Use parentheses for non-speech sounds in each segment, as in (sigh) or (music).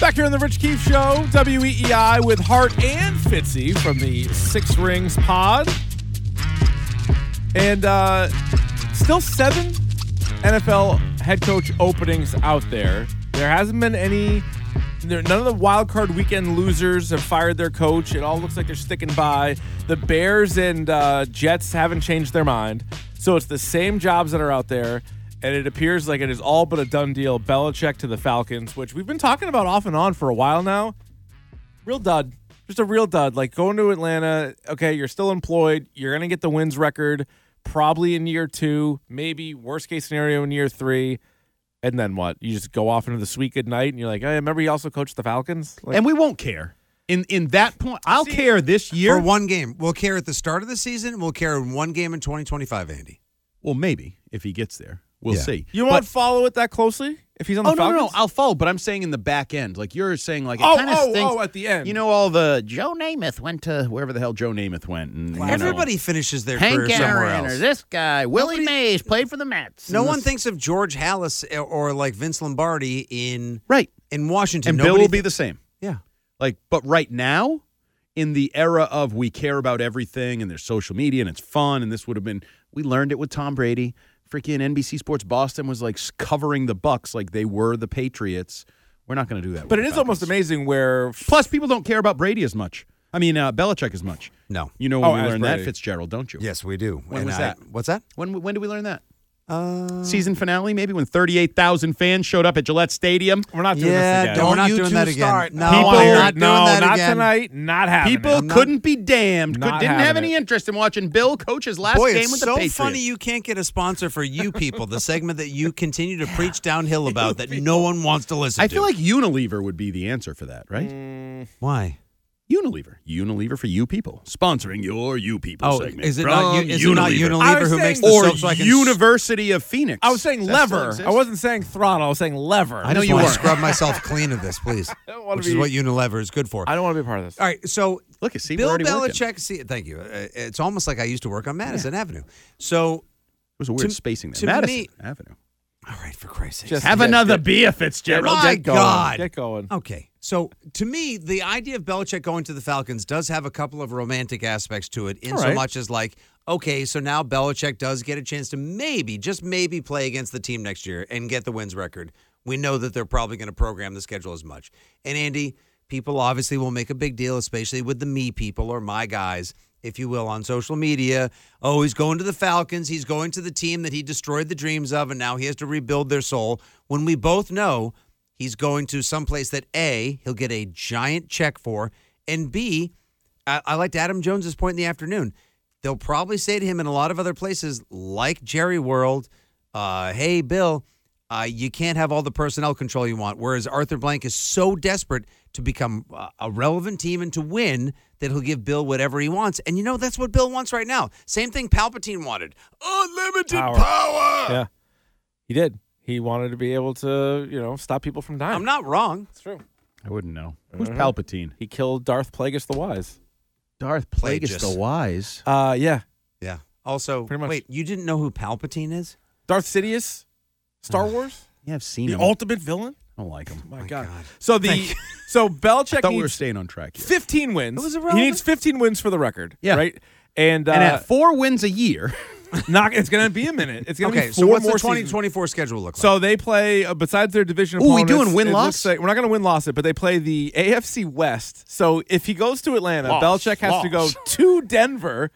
Back here on the Rich Keefe Show, WEEI with Hart and Fitzy from the Six Rings Pod. And uh, still seven NFL head coach openings out there. There hasn't been any. There, none of the wild card weekend losers have fired their coach. It all looks like they're sticking by. The Bears and uh, Jets haven't changed their mind. So it's the same jobs that are out there. And it appears like it is all but a done deal. Belichick to the Falcons, which we've been talking about off and on for a while now real dud. Just a real dud. Like going to Atlanta, okay, you're still employed. You're going to get the wins record probably in year two, maybe worst case scenario in year three. And then what? You just go off into the sweet good night and you're like, hey, remember you also coached the Falcons? Like, and we won't care. In in that point, I'll care this year. For one game. We'll care at the start of the season. We'll care in one game in 2025, Andy. well, maybe if he gets there, we'll Yeah. see. you But- won't follow it that closely if he's on the oh no, Falcons? no, no, I'll follow. But I'm saying in the back end, like you're saying, like it Oh, kinda oh, stinks. oh, at the end. You know, all the Joe Namath went to wherever the hell Joe Namath went, and you know, Everybody finishes their Hank career somewhere Aaron else. or this guy Willie Mays played for the Mets. no and one this- thinks of George Hallis or, or like Vince Lombardi in right, in Washington. and Nobody Bill will be thi- the same. yeah. Like, but right now, in the era of we care about everything and there's social media and it's fun, and this would have been, we learned it with Tom Brady. Freaking NBC Sports Boston was like s- covering the Bucks like they were the Patriots. We're not going to do that. but with it the is almost Falcons. amazing where Plus, people don't care about Brady as much. I mean, uh, Belichick as much. No. You know when Oh, we as learned that Brady. Fitzgerald, don't you? Yes, we do. When And was I- that? What's that? When when did we learn that? Uh, Season finale, maybe when thirty-eight thousand fans showed up at Gillette Stadium. we're not doing yeah, this again. don't We're we're not- not you doing two that again. start. No, People, I'm not doing no, that not again. tonight, not happening. People not- couldn't be damned. Could, Not didn't have having any it. interest in watching Bill coach his last Boy, game it's with the so Patriots. funny you can't get a sponsor for you people, the segment that you continue to (laughs) preach downhill about that no one wants to listen I to. feel like Unilever would be the answer for that, right? Mm. why? Unilever, Unilever for you people, sponsoring your you people Oh, segment. is it from not? Is it not I Unilever was who makes the saying- or soap so I can University of Phoenix? I was saying That still lever. exists? I wasn't saying throttle. I was saying lever. I know I you want to weren't. scrub myself clean of (laughs) this, please. wanna Which is be- what Unilever is good for. I don't want to be a part of this. All right, so Look, see, we're Bill already working. Belichick. See, thank you. Uh, It's almost like I used to work on Madison Avenue. So, It was a weird To- spacing there. to Madison me- Avenue. all right, for Christ's sake, Just- Have Yeah, another good. beer, Fitzgerald. My Get going. God. Get going. okay. So to me, the idea of Belichick going to the Falcons does have a couple of romantic aspects to it, in All so right. much as like, okay, so now Belichick does get a chance to maybe, just maybe, play against the team next year and get the wins record. We know that they're probably going to program the schedule as much. And Andy, people obviously will make a big deal, especially with the me people or my guys, if you will, on social media. Oh, he's going to the Falcons. He's going to the team that he destroyed the dreams of, and now he has to rebuild their soul. When we both know He's going to someplace that A, he'll get a giant check for, and B, I, I liked Adam Jones's point in the afternoon. They'll probably say to him in a lot of other places, like Jerry World, uh, hey, Bill, uh, you can't have all the personnel control you want. Whereas Arthur Blank is so desperate to become uh, a relevant team and to win that he'll give Bill whatever he wants. And you know, that's what Bill wants right now. Same thing Palpatine wanted unlimited Power. power. (laughs) Yeah, he did. He wanted to be able to, you know, stop people from dying. I'm not wrong. It's true. I wouldn't know. Who's Mm-hmm. Palpatine? He killed Darth Plagueis the Wise. Darth Plagueis the Wise. Uh, yeah. Yeah. Also, Pretty much. wait, you didn't know who Palpatine is? Darth Sidious, Star Wars, Yeah, I've seen the him. ultimate villain. I don't like him. My, God. So the (laughs) so I Belichick thought needs we were staying on track here. 15 wins. It was he irrelevant. needs 15 wins for the record. Yeah. Right. And, uh, and at four wins a year, not, it's going to be a minute. It's going to Okay, be four so what's more the seasons. 2024 schedule look like? So they play uh, besides their division. Ooh, we opponents, doing win it loss? looks like- we're not going to win loss it, but they play the AFC West. So if he goes to Atlanta, Loss, Belichick has to go loss. to Denver,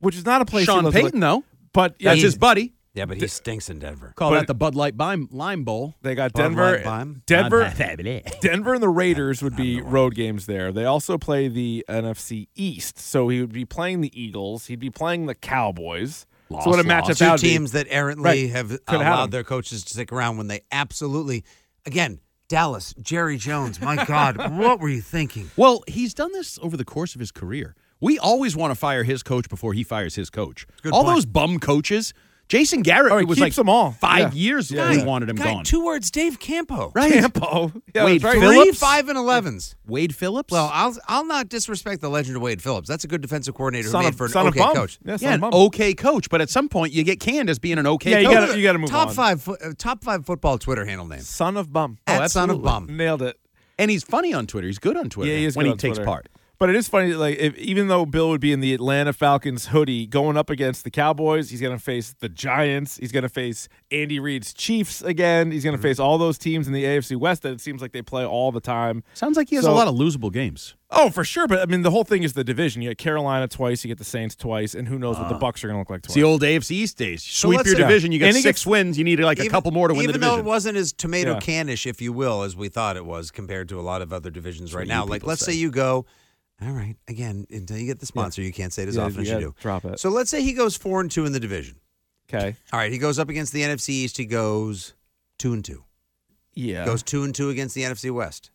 which is not a place. he Sean loves to Payton, live. though. but yeah, That's his buddy. yeah, but he stinks in Denver. Call But- that the Bud Light Lime, Lime Bowl. they (laughs) got Bottom line, Denver, Bime. Denver, Fabulous. Denver, and the Raiders (laughs) would be road games there. They also play the NFC East, so he would be playing the Eagles. He'd be playing the Cowboys. so what a Loss, matchup Two that would be. teams that errantly Right. have had allowed him. their coaches to stick around when they absolutely, again, Dallas, Jerry Jones. (laughs) My God, what were you thinking? Well, he's done this over the course of his career. We always want to fire his coach before he fires his coach. Good all point. those bum coaches. Jason Garrett Oh, he was keeps like them all. five Yeah. years Yeah. we Guy- wanted him Guy, gone. Two words, Dave Campo. right? Campo. (laughs) Yeah, Wade that's right. Three Phillips? five and elevens. Wade Phillips. Well, I'll I'll not disrespect the legend of Wade Phillips. That's a good defensive coordinator Son who made of, for an son of okay bum. coach. Yeah, son yeah, of an bum. okay coach, but at some point you get canned as being an okay Yeah, you coach. gotta, you gotta move Top on. five fo- uh, top five football Twitter handle name. Son of bum. Oh, At son of absolutely. bum. Nailed it. and he's funny on Twitter. He's good on Twitter Yeah, he is when good he on takes Twitter. part. But it is funny, like if, even though Bill would be in the Atlanta Falcons hoodie going up against the Cowboys, he's going to face the Giants. He's going to face Andy Reid's Chiefs again. He's Mm-hmm. going to face all those teams in the AFC West that it seems like they play all the time. Sounds like he has So- a lot of losable games. Oh, for sure. But I mean, the whole thing is the division. You get Carolina twice, you get the Saints twice, and who knows what the Bucks are going to look like Ah. It's twice. the old AFC East days. Sweep let's your say- division, you get And he six wins. You need like a couple more to win the even division. though it wasn't as tomato Yeah. canish, if you will, as we thought it was compared to a lot of other divisions right now. Like, let's say. you go, all right, again, until you get the sponsor, you can't say it as Yeah, often you as you gotta do. drop it. So let's say he goes four and two in the division. okay. All right, he goes up against the NFC East. He goes two and two. Yeah. Goes two and two against the NFC West.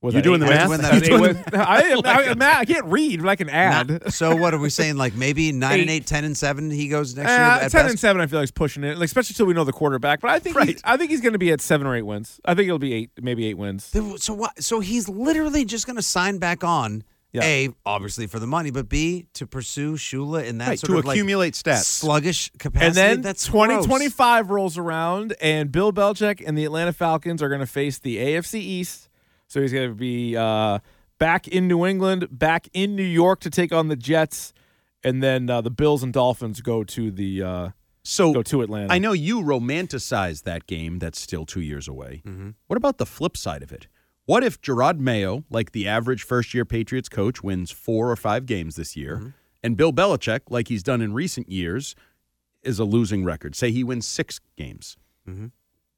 Was You're that doing the eight math? (laughs) wins? Win that Is that eight eight wins? wins? (laughs) I, am- I, am- I can't read, but I can add. (laughs) Not- so what are we saying? Like maybe nine and Eight. eight, ten and seven. He goes next year. Uh, At ten best? and seven, I feel like is pushing it, like, especially till we know the quarterback. But I think Right. he's, I think he's going to be at seven or eight wins. I think it'll be eight, maybe eight wins. Then So what? So he's literally just going to sign back on. Yeah. A, obviously for the money, but B, to pursue Shula in that Right, sort to of like accumulate stats. sluggish capacity. And then that's gross. 2025 rolls around, and Bill Belichick and the Atlanta Falcons are going to face the AFC East. So he's going to be uh, back in New England, back in New York to take on the Jets, and then uh, the Bills and Dolphins go to the uh, So go to Atlanta. I know you romanticize that game that's still two years away. Mm-hmm. What about the flip side of it? What if Gerard Mayo, like the average first year Patriots coach, wins four or five games this year, Mm-hmm. and Bill Belichick, like he's done in recent years, is a losing record? Say he wins six games. Mm-hmm.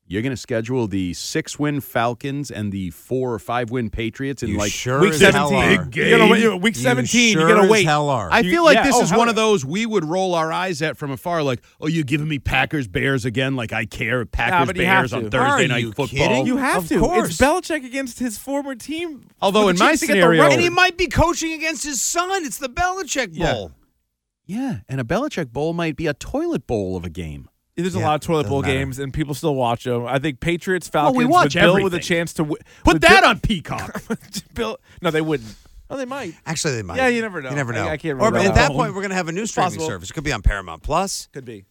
You're going to schedule the six win Falcons and the four or five win Patriots in You like sure Week as hell 17, are. you gotta wait- you- week 17, sure you gotta as wait. Hell are. I You- feel like yeah, this oh, is how- one of those we would roll our eyes at from afar, like, oh, you giving me Packers Bears again? Like I care Packers but you have Bears to. on Are Thursday night you football. kidding? you have Of to. course. It's Belichick against his former team. Although for in the my chance to get the scenario- record. and he might be coaching against his son. It's the Belichick Yeah. Bowl. Yeah, and a Belichick Bowl might be a toilet bowl of a game. There's a Yeah, lot of toilet doesn't bowl matter. games, and people still watch them. I think Patriots, Falcons, we with watch Bill with a everything. chance to wi- Put with that Bill- on (laughs) Peacock. (laughs) Bill. No, they wouldn't. Oh, they might. Actually, they might. Yeah, you never know. You never I- know. I can't Or remember at that that one. point, we're going to have a new streaming Possible. service. It could be on Paramount Plus. Could be.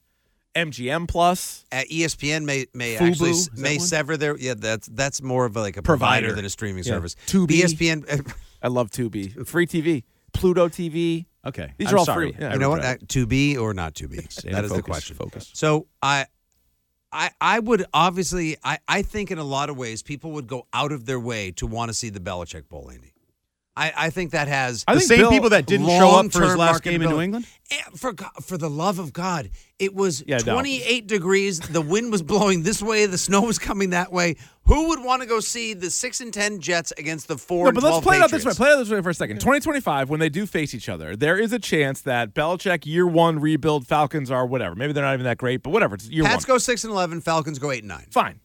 MGM Plus. At E ESPN may may Fubo, actually is that may one? sever their yeah that's that's more of a, like a provider, Provider. than a streaming Yeah. service. E Tubi. (laughs) ESPN, I love Tubi. Free TV. Pluto TV. Okay. These I'm are all sorry. free. Yeah. I you know what? regret it. Uh, to be or not to be? Stay that is the focused, question. focus. So I, I, I would obviously, I, I think in a lot of ways, people would go out of their way to want to see the Belichick Bowl, Andy. I, I think that has I The think same Bill- people that didn't show up for his long-term last game in marketability. New England. Eh, For go- for the love of God, it was Yeah, no. 28 degrees. The wind was blowing this way. The snow was coming that way. Who would want to go see the six and ten Jets against the four? No, and but let's 12 play it out this way. Patriots? Play it out this way for a second. 2025, when they do face each other, there is a chance that Belichick year one rebuild Falcons are whatever. Maybe they're not even that great, but whatever. It's year Pats one. go six and eleven. Falcons go eight and nine. Fine.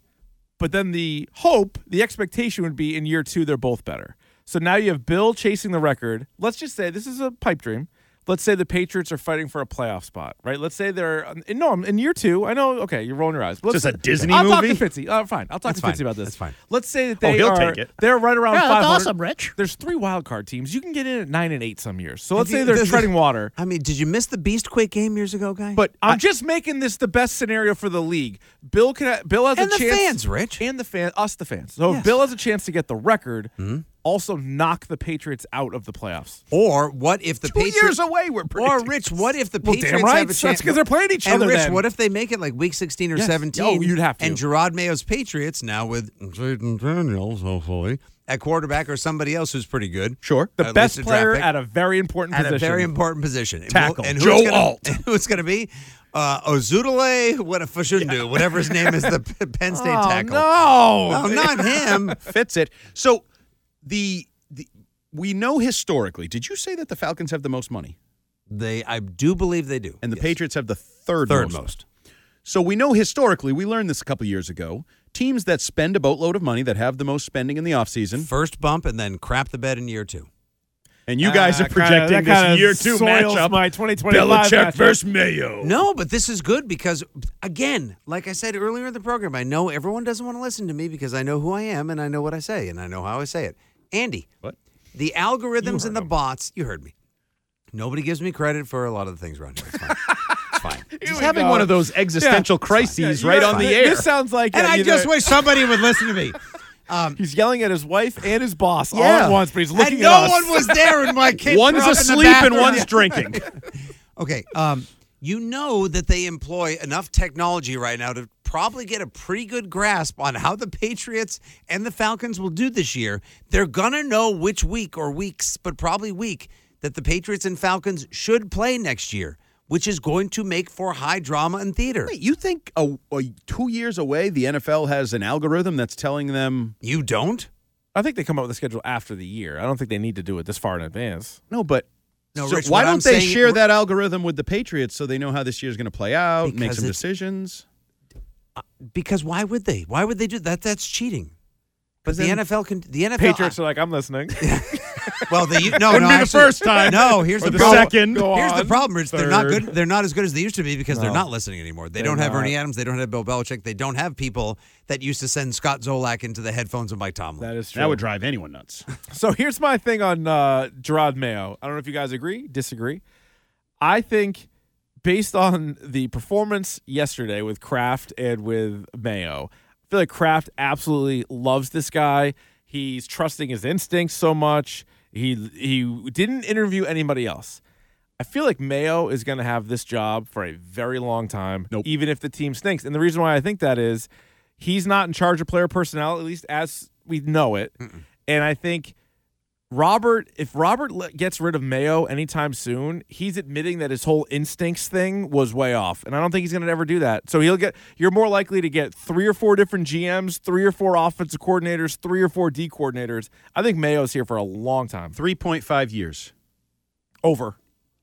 But then the hope, the expectation would be in year two, they're both better. So now you have Bill chasing the record. Let's just say this is a pipe dream. Let's say the Patriots are fighting for a playoff spot, right? Let's say they're and no, I'm in year two. I know. Okay, you're rolling your eyes. Let's- Just a Disney I'll movie? talk to Fitzy. Uh, fine, I'll talk That's to Fitzy fine. about this. That's fine. Let's say that Oh, they he'll are. take it. They're right around. Yeah, that's 500. awesome, Rich. There's three wild card teams. You can get in at nine and eight some years. So let's If you- say they're there's- treading water. I mean, did you miss the Beast Quake game years ago, guy? But I'm just making this the best scenario for the league. Bill can Bill has And a the chance. fans, Rich. and the fan, us the fans. So if Yes. Bill has a chance to get the record, Hmm? also knock the Patriots out of the playoffs. Or what if the Two Patriots years away, we're Or predicting Rich, what if the Well, damn Patriots right. have a That's chance? 'cause they're playing each and other Rich, then. what if they make it like week sixteen or Yes. seventeen? Oh, you'd have to. And Gerard Mayo's Patriots now with Jaden Daniels, hopefully at quarterback or somebody else who's pretty good. Sure. The At least best a draft player pick. at a very important at position. a very important position. And Tackle. we'll- Joe gonna, (laughs) Alt. and who it's going to be? Uh, Ozudale, what a Fushundu, whatever his name (laughs) is, the P- Penn State Oh, tackle. no. No, not him. fits it. So the, the we know historically. Did you say that the Falcons have the most money They, I do believe they do. and the Yes. Patriots have the third, third most? most. So we know historically. We learned this a couple years ago. Teams that spend a boatload of money that have the most spending in the offseason. First bump and then crap the bed in year two. And you guys Ah, are kinda- projecting that kinda this year two soils matchup. my 2025 Belichick matchup. versus Mayo. No, but this is good because, again, like I said earlier in the program, I know everyone doesn't want to listen to me because I know who I am and I know what I say and I know how I say it. Andy, What? the algorithms and the bots, you heard me. Nobody gives me credit for a lot of the things around here. (laughs) It's fine. It's fine. He's we having go. one of those existential crises right on the air. This sounds like and yeah, I either- just wish somebody would listen (laughs) to me. Um, he's yelling at his wife and his boss all Yeah. at once, but he's And looking at no us. one was (laughs) there and my kids were one's up in the asleep and bathroom. one's (laughs) drinking. Okay. Um, you know that they employ enough technology right now to probably get a pretty good grasp on how the Patriots and the Falcons will do this year. They're going to know which week or weeks, but probably week, that the Patriots and Falcons should play next year, which is going to make for high drama and theater. Wait, you think a, a- two years away the NFL has an algorithm that's telling them You don't? I think they come up with a schedule after the year. I don't think they need to do it this far in advance. no, but No, so Rich, why what don't I'm they saying- share that algorithm with the Patriots so they know how this year's going to play out, make Because some it's- decisions? Because why would they? Why would they do that? That's cheating. But the then- NFL can. The NFL. Patriots are like, I'm (laughs) listening. (laughs) Well, they no, Wouldn't no, be the actually- first time. No, here's Or the, the problem. second. Go Here's the on. problem, Rich. They're not Third. good. They're not as good as they used to be because they're No. not listening anymore. They They're don't have not. Ernie Adams. They don't have Bill Belichick. They don't have people that used to send Scott Zolak into the headphones of Mike Tomlin. that is true. That would drive (laughs) anyone nuts. So here's my thing on uh, Gerard Mayo. I don't know if you guys agree, disagree. I think based on the performance yesterday with Kraft and with Mayo, I feel like Kraft absolutely loves this guy. He's trusting his instincts so much. He he didn't interview anybody else. I feel like Mayo is going to have this job for a very long time, Nope. even if the team stinks. And the reason why I think that is he's not in charge of player personnel, at least as we know it. And I think Robert, if Robert le- gets rid of Mayo anytime soon, he's admitting that his whole instincts thing was way off, and I don't think he's going to ever do that. So he'll get. You're more likely to get three or four different GMs, three or four offensive coordinators, three or four D coordinators. I think Mayo's here for a long time. 3.5 years Over.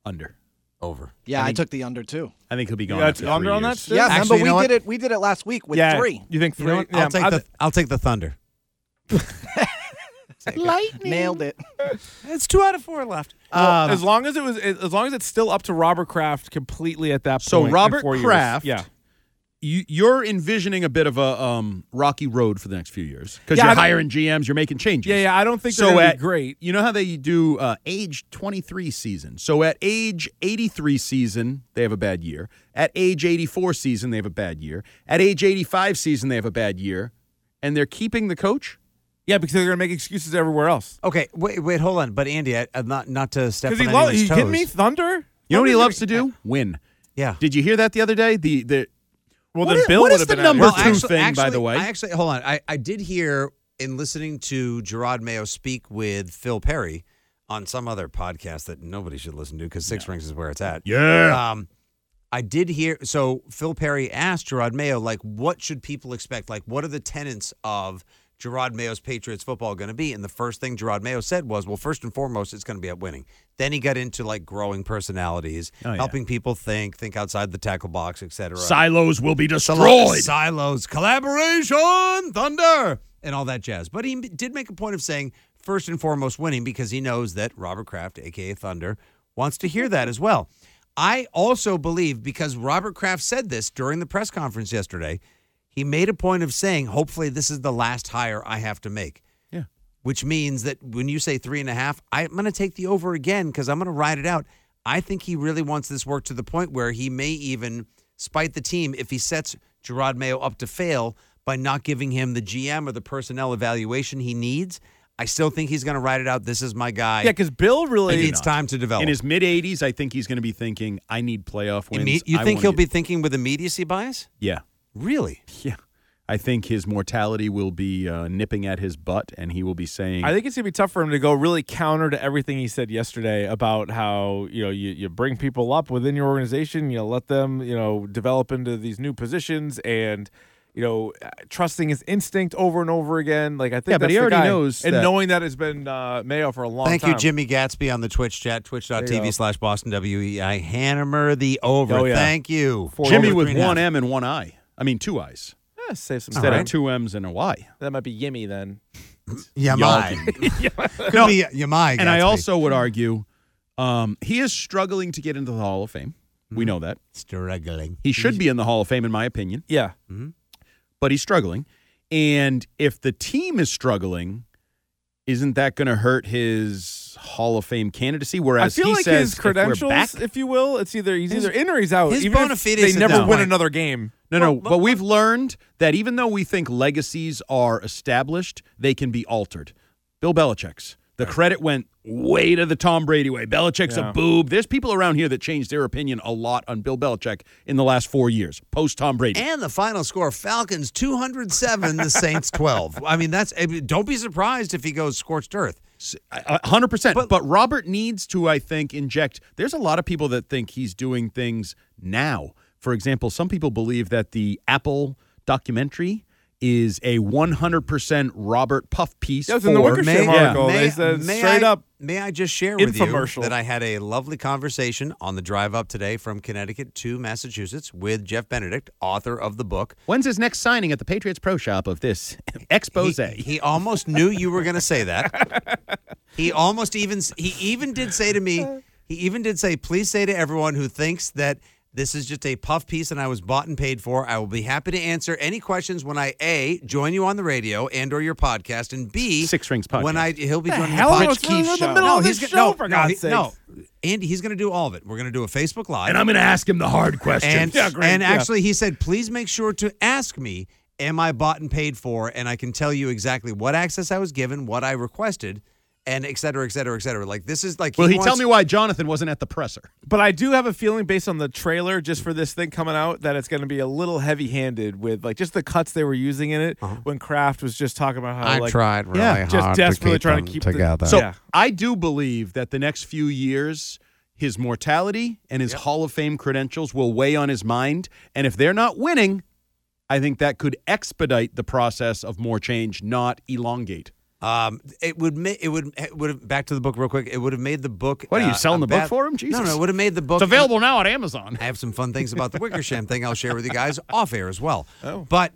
under. Over. Yeah, I, took the under too. I think he'll be gone. got after under three on that years. still? Yeah, Actually, you remember know we what? did it. We did it last week with yeah. three. You think You three? know what? Yeah, I'll take I- the I'll take the Thunder. Nailed it. It's two out of four left. Uh, well, as long as it was, as long as it's still up to Robert Kraft completely at that So point. in Robert four years. Kraft yeah, you, you're envisioning a bit of a um, rocky road for the next few years because Yeah, you're I don't- hiring GMs, you're making changes. Yeah, yeah. I don't think so. so That'd at be great. you know how they do uh, age 23 season. So at age 83 season, they have a bad year. At age 84 season, they have a bad year. At age 85 season, they have a bad year, and they're keeping the coach. Yeah, because they're gonna make excuses everywhere else. Okay, wait, wait, hold on. But Andy, I, I'm not not to step on Because he anyone's loves. You toes. kidding me? Thunder. You know what he loves to do? Win. Yeah. Did you hear that the other day? The the Well, What then is- Bill what would is have the been out of number it. two thing, by the way. I actually hold on. I, I did hear in listening to Gerard Mayo speak with Phil Perry on some other podcast that nobody should listen to because Six Rings is where it's at. Yeah. Um, I did hear. So Phil Perry asked Gerard Mayo, like, what should people expect? Like, what are the tenets of Gerard Mayo's Patriots football going to be? And the first thing Gerard Mayo said was, well, first and foremost, it's going to be at winning. Then he got into like growing personalities, Oh, yeah. helping people think, think outside the tackle box, et cetera. silos will be Silo- destroyed. Silos, collaboration, thunder, and all that jazz. But he m- did make a point of saying, first and foremost, winning because he knows that Robert Kraft, aka Thunder, wants to hear that as well. I also believe because Robert Kraft said this during the press conference yesterday, he made a point of saying, hopefully, this is the last hire I have to make. Yeah. Which means that when you say three and a half, I'm going to take the over again because I'm going to ride it out. I think he really wants this work to the point where he may even spite the team if he sets Gerard Mayo up to fail by not giving him the GM or the personnel evaluation he needs. I still think he's going to ride it out. This is my guy. Yeah, because Bill really. he needs time to develop. In his mid 80s, I think he's going to be thinking, "I need playoff wins." Imme- you I think wanna he'll get-" be thinking with immediacy bias? Yeah. Really? Yeah. I think his mortality will be uh, nipping at his butt, and he will be saying, I think it's gonna be tough for him to go really counter to everything he said yesterday about how you know you, you bring people up within your organization, you let them you know develop into these new positions, and you know uh, trusting his instinct over and over again. Like I think, Yeah, but that's he the already guy. knows and that- knowing that it's been uh, Mayo for a long Thank time. you, Jimmy Gatsby, on the Twitch chat, There you go. twitch.tv slash Boston WEI. Hammer the over. Oh, yeah. Thank you. Four "Jimmy over with three and a one half. M and one I. I mean, two I's Yeah, save some All instead time. of right. two M's and a Y." That might be Yimmy then. Yeah, (laughs) my. (laughs) Could No. be yeah, my. And I Gatsby. also would argue um, he is struggling to get into the Hall of Fame. Mm-hmm. We know that struggling. he should be in the Hall of Fame, in my opinion, Yeah, but he's struggling. And if the team is struggling, isn't that going to hurt his Hall of Fame candidacy? Whereas I feel he like says, his "If we're credentials, back- if, you will, it's either he's either in or he's out. his even bona if fides they at never this win point- another game. No, no. But we've learned that even though we think legacies are established, they can be altered. Bill Belichick's. The credit went way to the Tom Brady way. Belichick's Yeah. a boob. There's people around here that changed their opinion a lot on Bill Belichick in the last four years, post Tom Brady. And the final score: Falcons two hundred seven, the Saints twelve. (laughs) I mean, that's. I mean, don't be surprised if he goes scorched earth. A- a hundred percent. But, Robert needs to, I think, inject. There's a lot of people that think he's doing things now. For example, some people believe that the Apple documentary is a 100% Robert Puff piece. That was in the for- Wickersham May- article. They said straight I, up May I just share with you infomercial. that I had a lovely conversation on the drive up today from Connecticut to Massachusetts with Jeff Benedict, author of the book. When's his next signing at the Patriots Pro Shop of (laughs) this expose? He, he almost knew you were going to say that. (laughs) he almost even he even did say to me, he even did say, "Please say to everyone who thinks that this is just a puff piece and I was bought and paid for, I will be happy to answer any questions when I a join you on the radio and or your podcast and b Six Rings When podcast. I he'll be joining hell? the It's podcast. not in the Show. middle of he's this gonna- show, for no, God's he- no. Andy, he's going to do all of it. We're going to do a Facebook live and I'm going to ask him the hard question. and, and actually, he said, please make sure to ask me, am I bought and paid for? And I can tell you exactly what access I was given, what I requested, and et cetera, et cetera, et cetera. Like, this is like. Will he wants- tell me why Jonathan wasn't at the presser? But I do have a feeling based on the trailer just for this thing coming out that it's going to be a little heavy-handed with like just the cuts they were using in it Uh-huh. when Kraft was just talking about how like really Yeah, just desperately trying to keep the- So Yeah. I do believe that the next few years, his mortality and his Hall of Fame credentials will weigh on his mind. And if they're not winning, I think that could expedite the process of more change, not elongate. Um, it would ma- it would it would have back to the book real quick. It would have made the book. What, are you uh, selling the book about- for him? No, Jesus. no, it would have made the book It's available now at (laughs) Amazon. I have some fun things about the Wickersham thing I'll share with you guys off air as well. Oh. But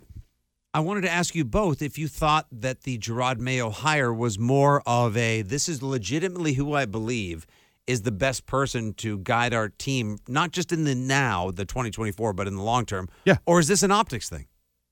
I wanted to ask you both if you thought that the Gerard Mayo hire was more of a this is legitimately who I believe is the best person to guide our team, not just in the now, the 2024, but in the long term? Yeah. Or is this an optics thing?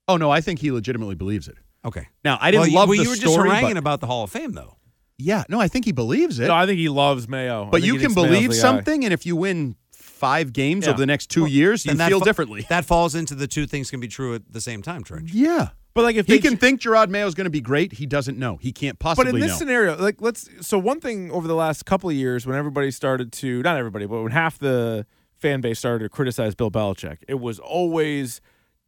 Oh no, I think he legitimately believes it. Okay. Now I didn't well, you- love well, the you were just story, haranguing but- about the Hall of Fame, though. yeah, no, I think he believes it. No, I think he loves Mayo. I but think you he uh, can thinks Mayo's believe the guy. something, and if you win five games Yeah. over the next two years, you Then that feel fa- differently. That falls into the two things can be true at the same time, Trench. Yeah, But like if he they can think Gerard Mayo is going to be great. He doesn't know. He can't possibly But in this know. scenario, like let's so one thing over the last couple of years when everybody started to not everybody, but when half the fan base started to criticize Bill Belichick, it was always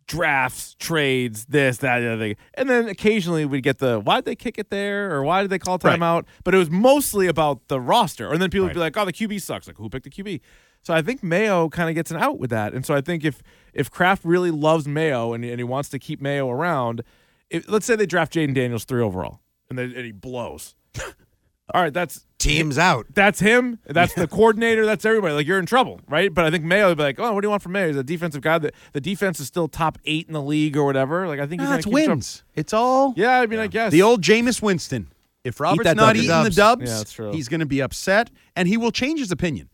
drafts, trades, this, that, the other thing. And then occasionally we'd get the why'd they kick it there or why did they call Right. timeout? But it was mostly about the roster. And then people would be Right. like, Oh, the QB sucks. Like who picked the QB? So I think Mayo kind of gets an out with that. And so I think if if Kraft really loves Mayo and, and he wants to keep Mayo around, if, let's say they draft Jaden Daniels three overall and, they, and he blows. (laughs) All right, that's Team's out. that's him. That's the coordinator. That's everybody. Like you're in trouble, right? But I think Mayo would be like, oh, what do you want from Mayo? He's a defensive guy. The, the defense is still top eight in the league or whatever. Like I think he's gonna No, Ah, it's keep trouble. wins. It's all Yeah, I mean, I guess the old Jameis Winston. If Robert's that not dub, the eating dubs. the dubs, Yeah, that's true. he's going to be upset, and he will change his opinion.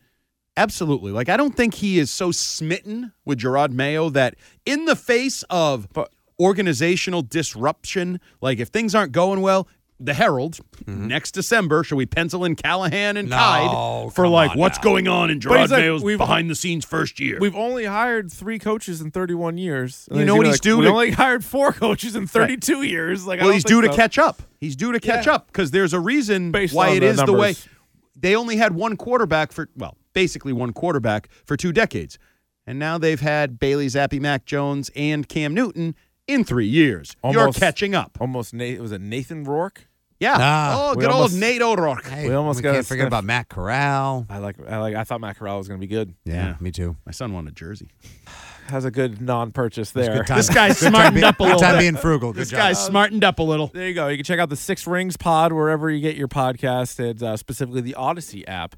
Absolutely. Like I don't think he is so smitten with Gerard Mayo that in the face of But- organizational disruption, like if things aren't going well, the Herald Mm-hmm. next December, should we pencil in Callahan and No, Tide for come like on what's now. going on in he's Gerard like, Mayo's we've- behind the scenes first year? We've only hired three coaches in 31 years. And You then know gonna what be he's like, due We to- only hired four coaches in 32 years. Like, I well, don't he's think due to so. catch up. He's due to catch Yeah. up because there's a reason Based why on it the is the way. numbers. They only had one quarterback for well, basically one quarterback for two decades, and now they've had Bailey Zappi, Mac Jones, and Cam Newton in three years. You're Almost- catching up. Almost Nate was it Nathan Rourke? Yeah. Ah, oh, we good almost- old Nate O'Rourke. Hey, We almost got can't a forget sniff. about Matt Corral. I like I like I thought Matt Corral was going to be good. Yeah. me too. My son wanted a jersey. Has a good non-purchase there. Good time. This guy's Good time smartened being- up a little Good time bit. being frugal. Good This job. guy's smartened up a little. There you go. You can check out the Six Rings Pod wherever you get your podcast, and uh, specifically the Odyssey app.